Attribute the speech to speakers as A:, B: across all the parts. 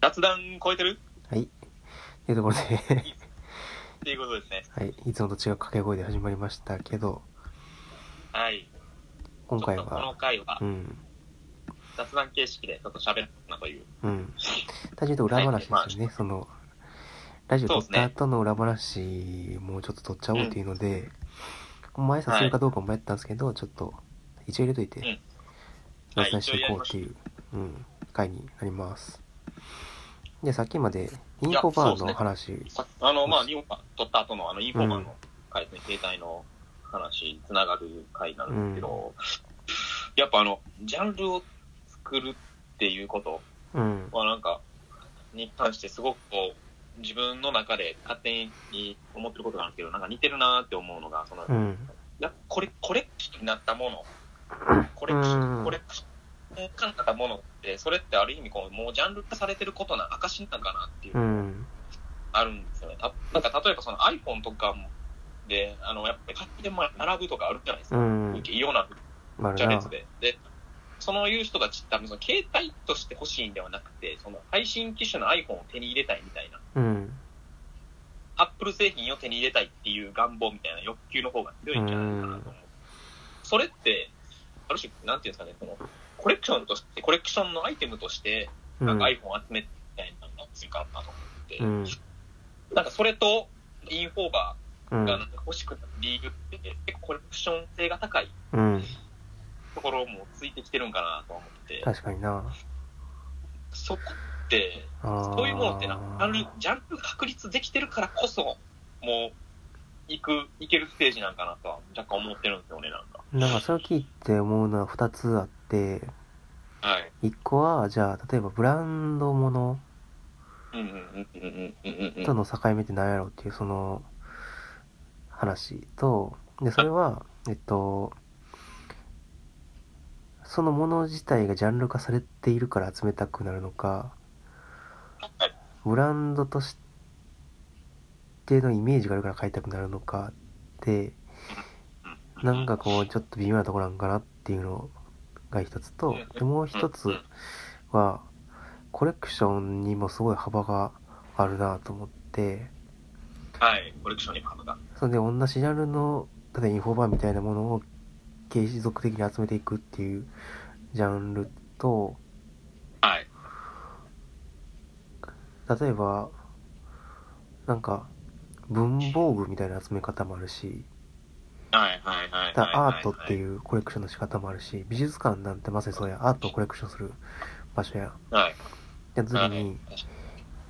A: 雑談超えてる
B: はい。というところで、
A: っていうことですね。
B: はい。いつもと違う掛け声で始まりましたけど、
A: はい。
B: 今回
A: ちょっとこの
B: は、
A: 回は
B: うん、
A: 雑談形式でちょっと喋るなという。
B: うん。単純に言うと裏話ですよね。その、ラジオ撮った後の裏話もちょっと撮っちゃおうというので、前挨拶するかどうかも迷ったんですけど、ちょっと、一応入れといて、
A: うん
B: 雑談していこうっていう、うん、回になります。で、さっきまで、インフォバーの話、
A: さあの、まあ、リオンが撮った後のあの、インフォマンの回ですね、携帯の話、つながる回なんですけど、やっぱあの、ジャンルを作るっていうこと
B: うん、
A: はなんか、に関してすごくこう、自分の中で勝手に思ってることなんですけど、なんか似てるなーって思うのが、その、
B: うん、
A: なこれ、コレクションになったもの、コレクション
B: うん
A: こ、れ、感覚たものって、それってある意味こう、もうジャンル化されてることな証なんかなっていう
B: う
A: のが
B: ん、
A: あるんですよね。たなんか例えばその iPhone とかもで、あの、やっぱり買っても並ぶとかあるじゃないですか。
B: うん、
A: 異様な
B: まる
A: ジャ
B: な
A: 列。で。で、そのいう人たちって多分その携帯として欲しいんではなくて、その配信機種の iPhone を手に入れたいみたいな、
B: うん。
A: Apple 製品を手に入れたいっていう願望みたいな欲求の方が強いんじゃないかなと思う。それって、ある種、なんていうんですかね、その、コレクションとして、コレクションのアイテムとして、
B: うん
A: なんか iPhone 集めみたいなのが強いかなと思って、
B: うん
A: なんかそれと、インフォーバ
B: う
A: ー
B: ん
A: がなんか欲しくなる理由って、結構コレクション性が高い
B: うん
A: ところもついてきてるんかなと思って、
B: 確かにな
A: そこって、
B: あ
A: そういうものってなんかジャンル
B: あ、
A: ジャンル確立できてるからこそ、もう、行く、行けるステージなんかなとは若干思ってるんですよね、なんか。
B: なんかそれを聞いて思うのは2つあって
A: はい。
B: 1個はじゃあ例えばブランドもの
A: うんうんうんうんうんうんうんう
B: と
A: ん。
B: の境目って何やろうっていうその話とでそれはえっとそのもの自体がジャンル化されているから集めたくなるのか
A: はい
B: ブランドとしてのイメージがあるから買いたくなるのかってなんかこう、ちょっと微妙なとこなんかなっていうのが一つと、でもう一つは、コレクションにもすごい幅があるなと思って、
A: はい、コレクションにハムが。
B: それで同じジャンルの、例えばインフォバーみたいなものを継続的に集めていくっていうジャンルと、
A: はい。
B: 例えば、なんか、文房具みたいな集め方もあるし、
A: はいはいはいはいはい。
B: だアートっていうコレクションの仕方もあるし、美術館なんてまさにそうや、アートをコレクションする場所や。
A: う。はい。
B: やった時に、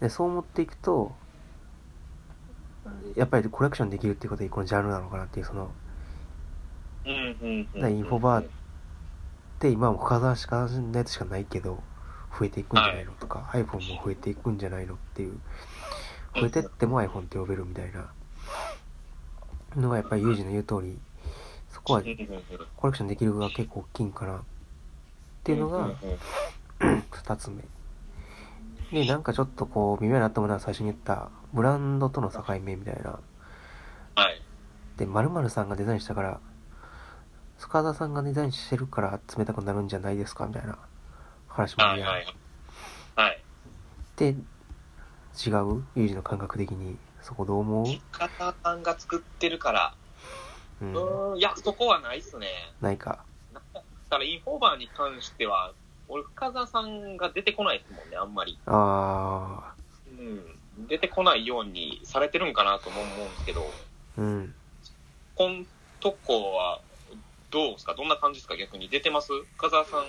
B: でそう思っていくとやっぱりコレクションできるっていうことでこのジャンルなのかなっていうその
A: うんうんうん。
B: だからインフォバーで今はもう深沢しかないやつしかないけど増えていくんじゃないのとか、iPhone も増えていくんじゃないのっていう増えてっても iPhone って呼べるみたいなのがやっぱりユージの言う通りそこは
A: うんうんうん
B: コレクションできるが結構大きいんかなっていうの
A: うん
B: が
A: うんうん
B: 2つ目でなんかちょっとこう微妙になったものは最初に言ったブランドとの境目みたいな
A: はい。
B: で〇〇さんがデザインしたから塚田さんがデザインしてるから集めたくなるんじゃないですかみたいな話もあ
A: は
B: る
A: い
B: やん
A: はいはい。はい。
B: で違うユージの感覚的にそこどう思う、
A: 味方さんが作ってるから、
B: う、
A: うんーん、いや、そこはないっすね。
B: ないか
A: だから、インフォーバーに関しては、俺、深澤さんが出てこないですもんね、あんまり。
B: あ
A: うん。出てこないようにされてるんかなとも思うんですけど、
B: ーうん
A: こんとこは、どうですかどんな感じですか逆に。出てます深澤さん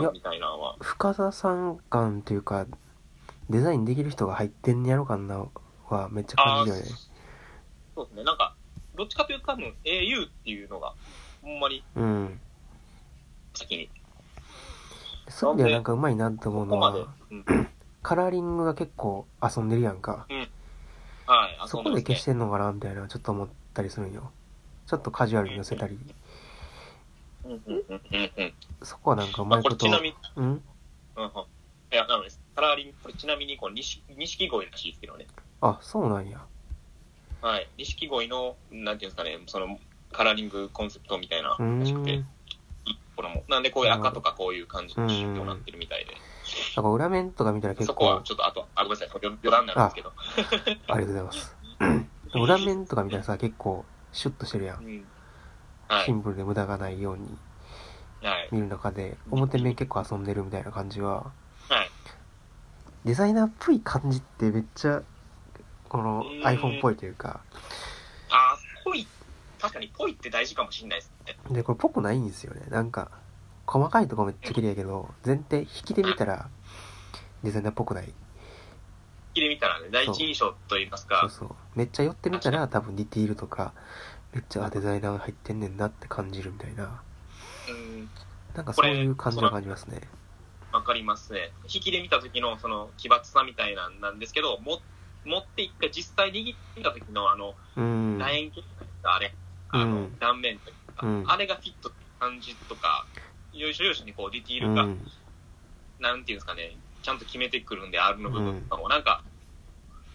B: いや
A: 感みたいなのは。
B: 深田さん感というかデザインできる人が入ってんやろかんなはめっちゃ
A: ああ
B: 感じ
A: ー
B: るよね
A: そうですね。なんか、どっちかというと多分 au っていうのが、ほんまに
B: うん
A: 先に。
B: そういう意味ではなんかうまいなって思
A: こ
B: うの
A: こまで。
B: は
A: うん、
B: カラーリングが結構遊んでるやんか、
A: はい。あ
B: そこで消し
A: ね。
B: てんのかなみたいなちょっと思ったりするんよちょっとカジュアルに寄せたり
A: うんうんうんうんうん。
B: そこはなんかう
A: ま
B: ま
A: あ、
B: い
A: こ
B: こ
A: れ
B: と
A: ちなみに、
B: うん
A: うんうん。いや、なのです。カラーリング、これちなみに、こう、錦錦鯉らしいですけどね。
B: あそうなんや
A: はい。錦鯉の、なんていうんですかね、その、カラーリングコンセプトみたいな
B: うーん
A: らしくて、いいところも。なんで、こういう赤とかこういう感じの仕様になってるみたいで。
B: なんか裏面とか見たら結
A: そこは
B: 構、
A: ちょっとあと、あ、ごめんなさい、これ余談になるんですけど。
B: ありがとうございます。裏面とか見たらさ、結構、シュッとしてるや。
A: うんん。は
B: シ
A: い。
B: ンプルで無駄がないように
A: はい。
B: 見る中で、表面結構遊んでるみたいな感じは、
A: はい。
B: デザイナーっぽい感じってめっちゃ、この
A: うん
B: iPhone っぽいというか、
A: あー、ぽい。確かにぽいって大事かもしれないですね。
B: で、これぽくないんですよね。なんか、細かいとこめっちゃ綺麗やけど、前提、引きで見たら、デザイナーっぽくない。
A: 聞いてみたらね、第一印象といいます
B: そう
A: か、
B: そう。めっちゃ寄ってみたら、多分ディティールとか、めっちゃあデザイナーが入ってんねんなって感じるみたいな。
A: うん、
B: なんかそういう感じは感じますね。
A: わかりますね。引きで見た時の、その、奇抜さみたいなんなんですけど、も、持って一回実際握ってみた時の、あの、
B: うん。
A: 楕円形とか、あれ、あ
B: う
A: の
B: ん、
A: 断面というか
B: うん、
A: あれがフィットって感じとか、よいしょよいしょにこう、ディティー
B: う
A: ルが、
B: ん。
A: なんていうんですかね、ちゃんと決めてくるんで、R の部分とかも、なんか、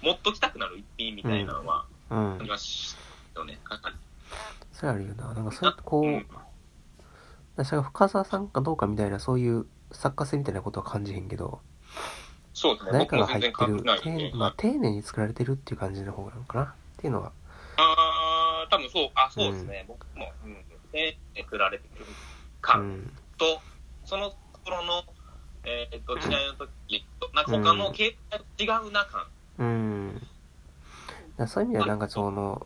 A: 持っときたくなる一品みたいなのは、
B: う
A: あり
B: ん。
A: ますよね、かなり。
B: それあるよな。なんかそうやってこ
A: うん
B: う、私が深澤さんかどうかみたいな、そういう作家性みたいなことは感じへんけど、
A: そうですね、
B: 誰
A: 僕
B: か
A: も
B: が
A: 全
B: 入
A: 然
B: って
A: 感
B: る
A: じない、んで
B: 丁、まあ、丁寧に作られてるっていう感じの方なのかなっていうのは。
A: ああ、多分そう、あ、そうですね、僕も、うん、で、作られてる
B: う
A: 感
B: ん。
A: と、その頃の、えーっと、時代の時と、なんか他の形態と違うな感。
B: うん。だからそういう意味ではなんかその、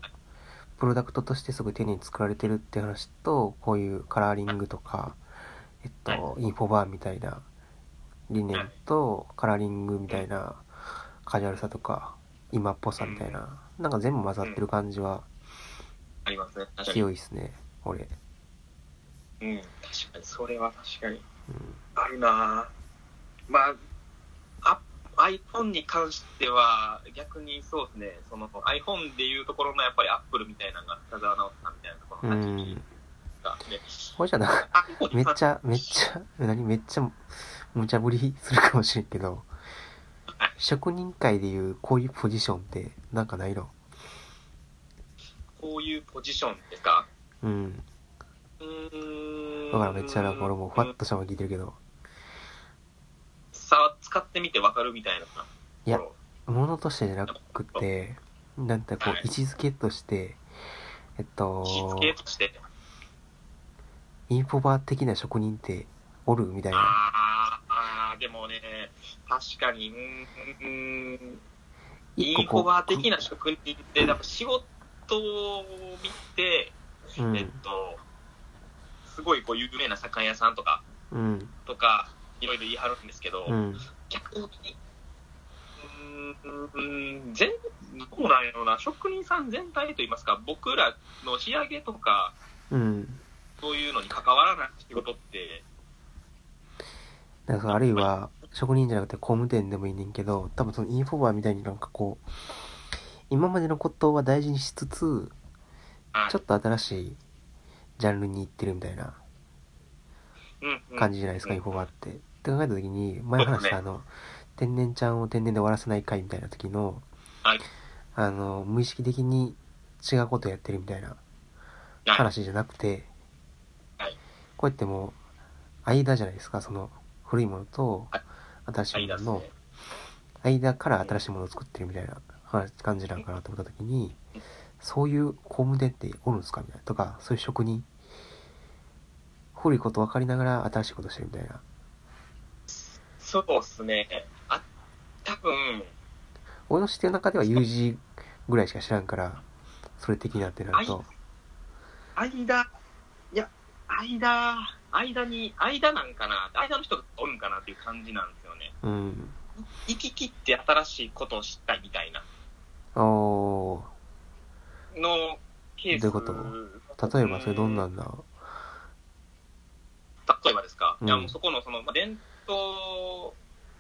B: プロダクトとしてすごい丁寧に作られてるって話と、こういうカラーリングとか、えっと、インフォバーみたいな理念と、カラーリングみたいなカジュアルさとか、今っぽさみたいな、なんか全部混ざってる感じは
A: ありますね。確かに。
B: 強いですね、俺。
A: うん、確かに、それは確かに。
B: うん。
A: あるなぁ。まあ、あ iPhone に関しては、逆にそうですね、その iPhone でいうところのやっぱり Apple みたいなのが、深澤直樹さんみたいなところの
B: う
A: 立ち位置
B: ん。
A: がね、
B: これじゃなんか、
A: あここ
B: め
A: に
B: っちゃ、めっちゃ、何めっちゃ、無茶ぶりするかもしれんけど、職人会でいうこういうポジションってなんかないの
A: こういうポジションですか
B: うん。
A: うーん。
B: だからめっちゃなんか俺もふわっとしたまま聞いてるけど、
A: さあ、使ってみてわかるみたいなところ。
B: いや物としてじゃなくて、なんてこう
A: はい、
B: 位置づけとして、えっと、
A: 位置付けとして。
B: インフォバー的な職人っておるみたいな。
A: あーあー、でもね、確かに、うーん、うーんインフォバー的な職人って、やっぱ仕事を見て、
B: う
A: えっ
B: ん。
A: と、すごいこう有名な酒屋さんとか、
B: うん。
A: とか、いろいろ言い張るんですけど、
B: うん。
A: 逆に、うーん、全、どうなんやろうな、職人さん全体といいますか、僕らの仕上げとか、
B: うん。
A: そういうのに関わらない仕事って、
B: だからそのあるいは、職人じゃなくて工務店でもいいねんけど、多分そのインフォバーみたいになんかこう、今までのことは大事にしつつ、
A: あ
B: ちょっと新しいジャンルに行ってるみたいな。
A: うんうん
B: 感じじゃないですか、
A: うん
B: インフォバーって。って考えた時に、前話したあの、天然ちゃんを天然で終わらせない回みたいな時の、
A: はい
B: あの、無意識的に違うことやってるみたいな
A: はい
B: 話じゃなくて、
A: はい
B: こうやってもう、間じゃないですか、その、古いものと
A: はい、
B: 新し
A: はいい
B: も
A: だ
B: の
A: す
B: の
A: ね、
B: 間から新しいものを作ってるみたいな話感じなんかなと思った時に、そういう工務店っておるんですかみたいな。とか、そういう職人。古いこと分かりながら新しいことしてるみたいな。
A: そうですね。あ、多分
B: 俺の知ってる中では U 字ぐらいしか知らんから、それ的なってなると。
A: 間、いや、間、間に、間なんかな、間の人がおるんかなっていう感じなんですよね。
B: うん。
A: 行き切って新しいことを知ったいみたいな、
B: お
A: のケース。
B: どういうことー、例えばそれどんなんだ
A: 例えばですか、
B: うん
A: いやもうそこのその、まあ、伝統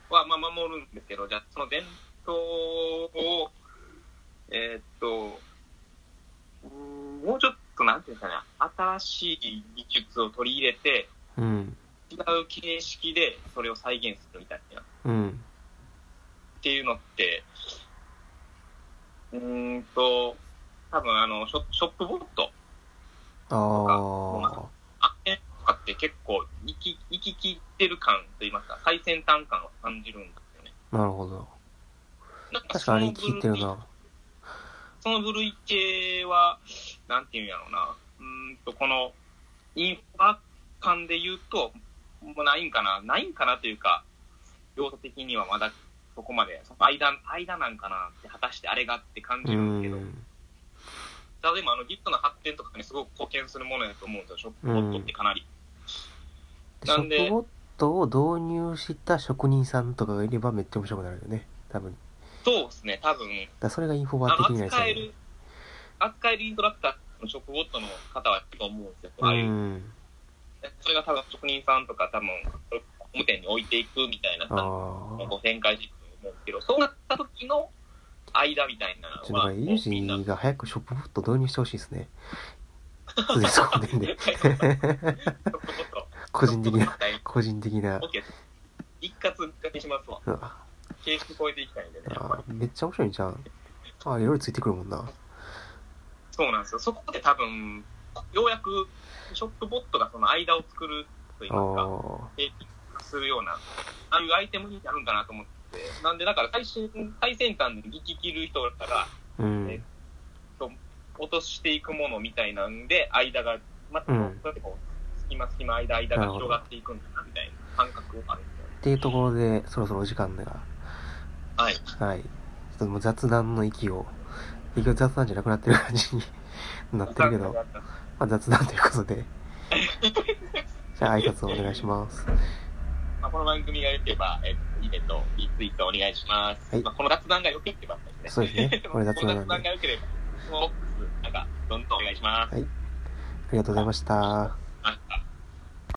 A: はまあ守るんですけど、じゃあその伝統を、えーっと、うーんもうちょっとなんていうんですかね、新しい技術を取り入れて、
B: うん。
A: 違う形式でそれを再現するみたいな、っ
B: うん。
A: ていうのって、うーんと、多分あのショ、ショップボット、
B: ああ。
A: あれとかって結構行き、行き来ってる感といいますか、最先端感を感じるんですよね。
B: なるほど。
A: なんか
B: 確
A: その
B: かにあれ聞いてるな。
A: その部類系は、なんていうんやろうな、うーんと、この、インフラ間で言うと、もうないんかな、ないんかなというか、用途的にはまだそこまで、その間、間なんかなって、果たしてあれがって感
B: う
A: じるんですけど、
B: ん。
A: ただでもあの Git の発展とかにすごく貢献するものやと思うんですよ、ショップボットってかなり。
B: でシ
A: な
B: ョ
A: んで
B: ップボットを導入した職人さんとかがいればめっちゃ面白くなるよね。多分。だか
A: そうですね、多分、
B: らそれがインフォ
A: あ
B: バー
A: の
B: 的になりそう
A: 扱
B: だ
A: え
B: よね
A: る、扱えるインストラクターのショップボットの方はやってると思うんですよ、
B: う。
A: ああいうんそれが多分職人さんとか多分、無店に置いていくみたいな、
B: ああ。
A: ご展開していくと思うんですけど、そうなった時の間みたいな
B: ち
A: の
B: ょっと
A: は、
B: ユージ
A: みんな、
B: ーが早くショップボット導入してほしいで すね。そうです、ここでね個人的な、個人的な。
A: OK 一括にしますわ。
B: うわ
A: 形式超えていきたいんでね、やっぱ
B: あ
A: り
B: ーめっちゃ面白いじゃん。ああ、いろいろついてくるもんな。
A: そうなんですよ。そこで多分、ようやく、ショップボットがその間を作るといい
B: あ
A: ますか、
B: あ。
A: 提供するような、ああいうアイテムになるんかなと思って、なんでだから最新、最先端で行き切る人だから、
B: うん。
A: 落としていくものみたいなんで、間が、また、
B: う
A: うんやってこう、隙間隙間、間、間が広がっていくんだな、みたいな感覚があるんですよね。
B: っていうところで、そろそろお時間が。
A: はい。
B: はい。ちょっともう雑談の域を、結局雑談じゃなくなってる感じになってるけど、まあ雑談ということで。じゃあ挨拶をお願いします。
A: まあ、この番組が良ければ、えっと、いいねと、リツイートお願いします。
B: はい
A: まあ、この雑談が良ければですね。。
B: そうですねこれ 雑
A: この雑
B: 談な
A: 談
B: んで。
A: が良ければ、ボックス、なんか、どんどんお願いします。
B: ありがとうございました。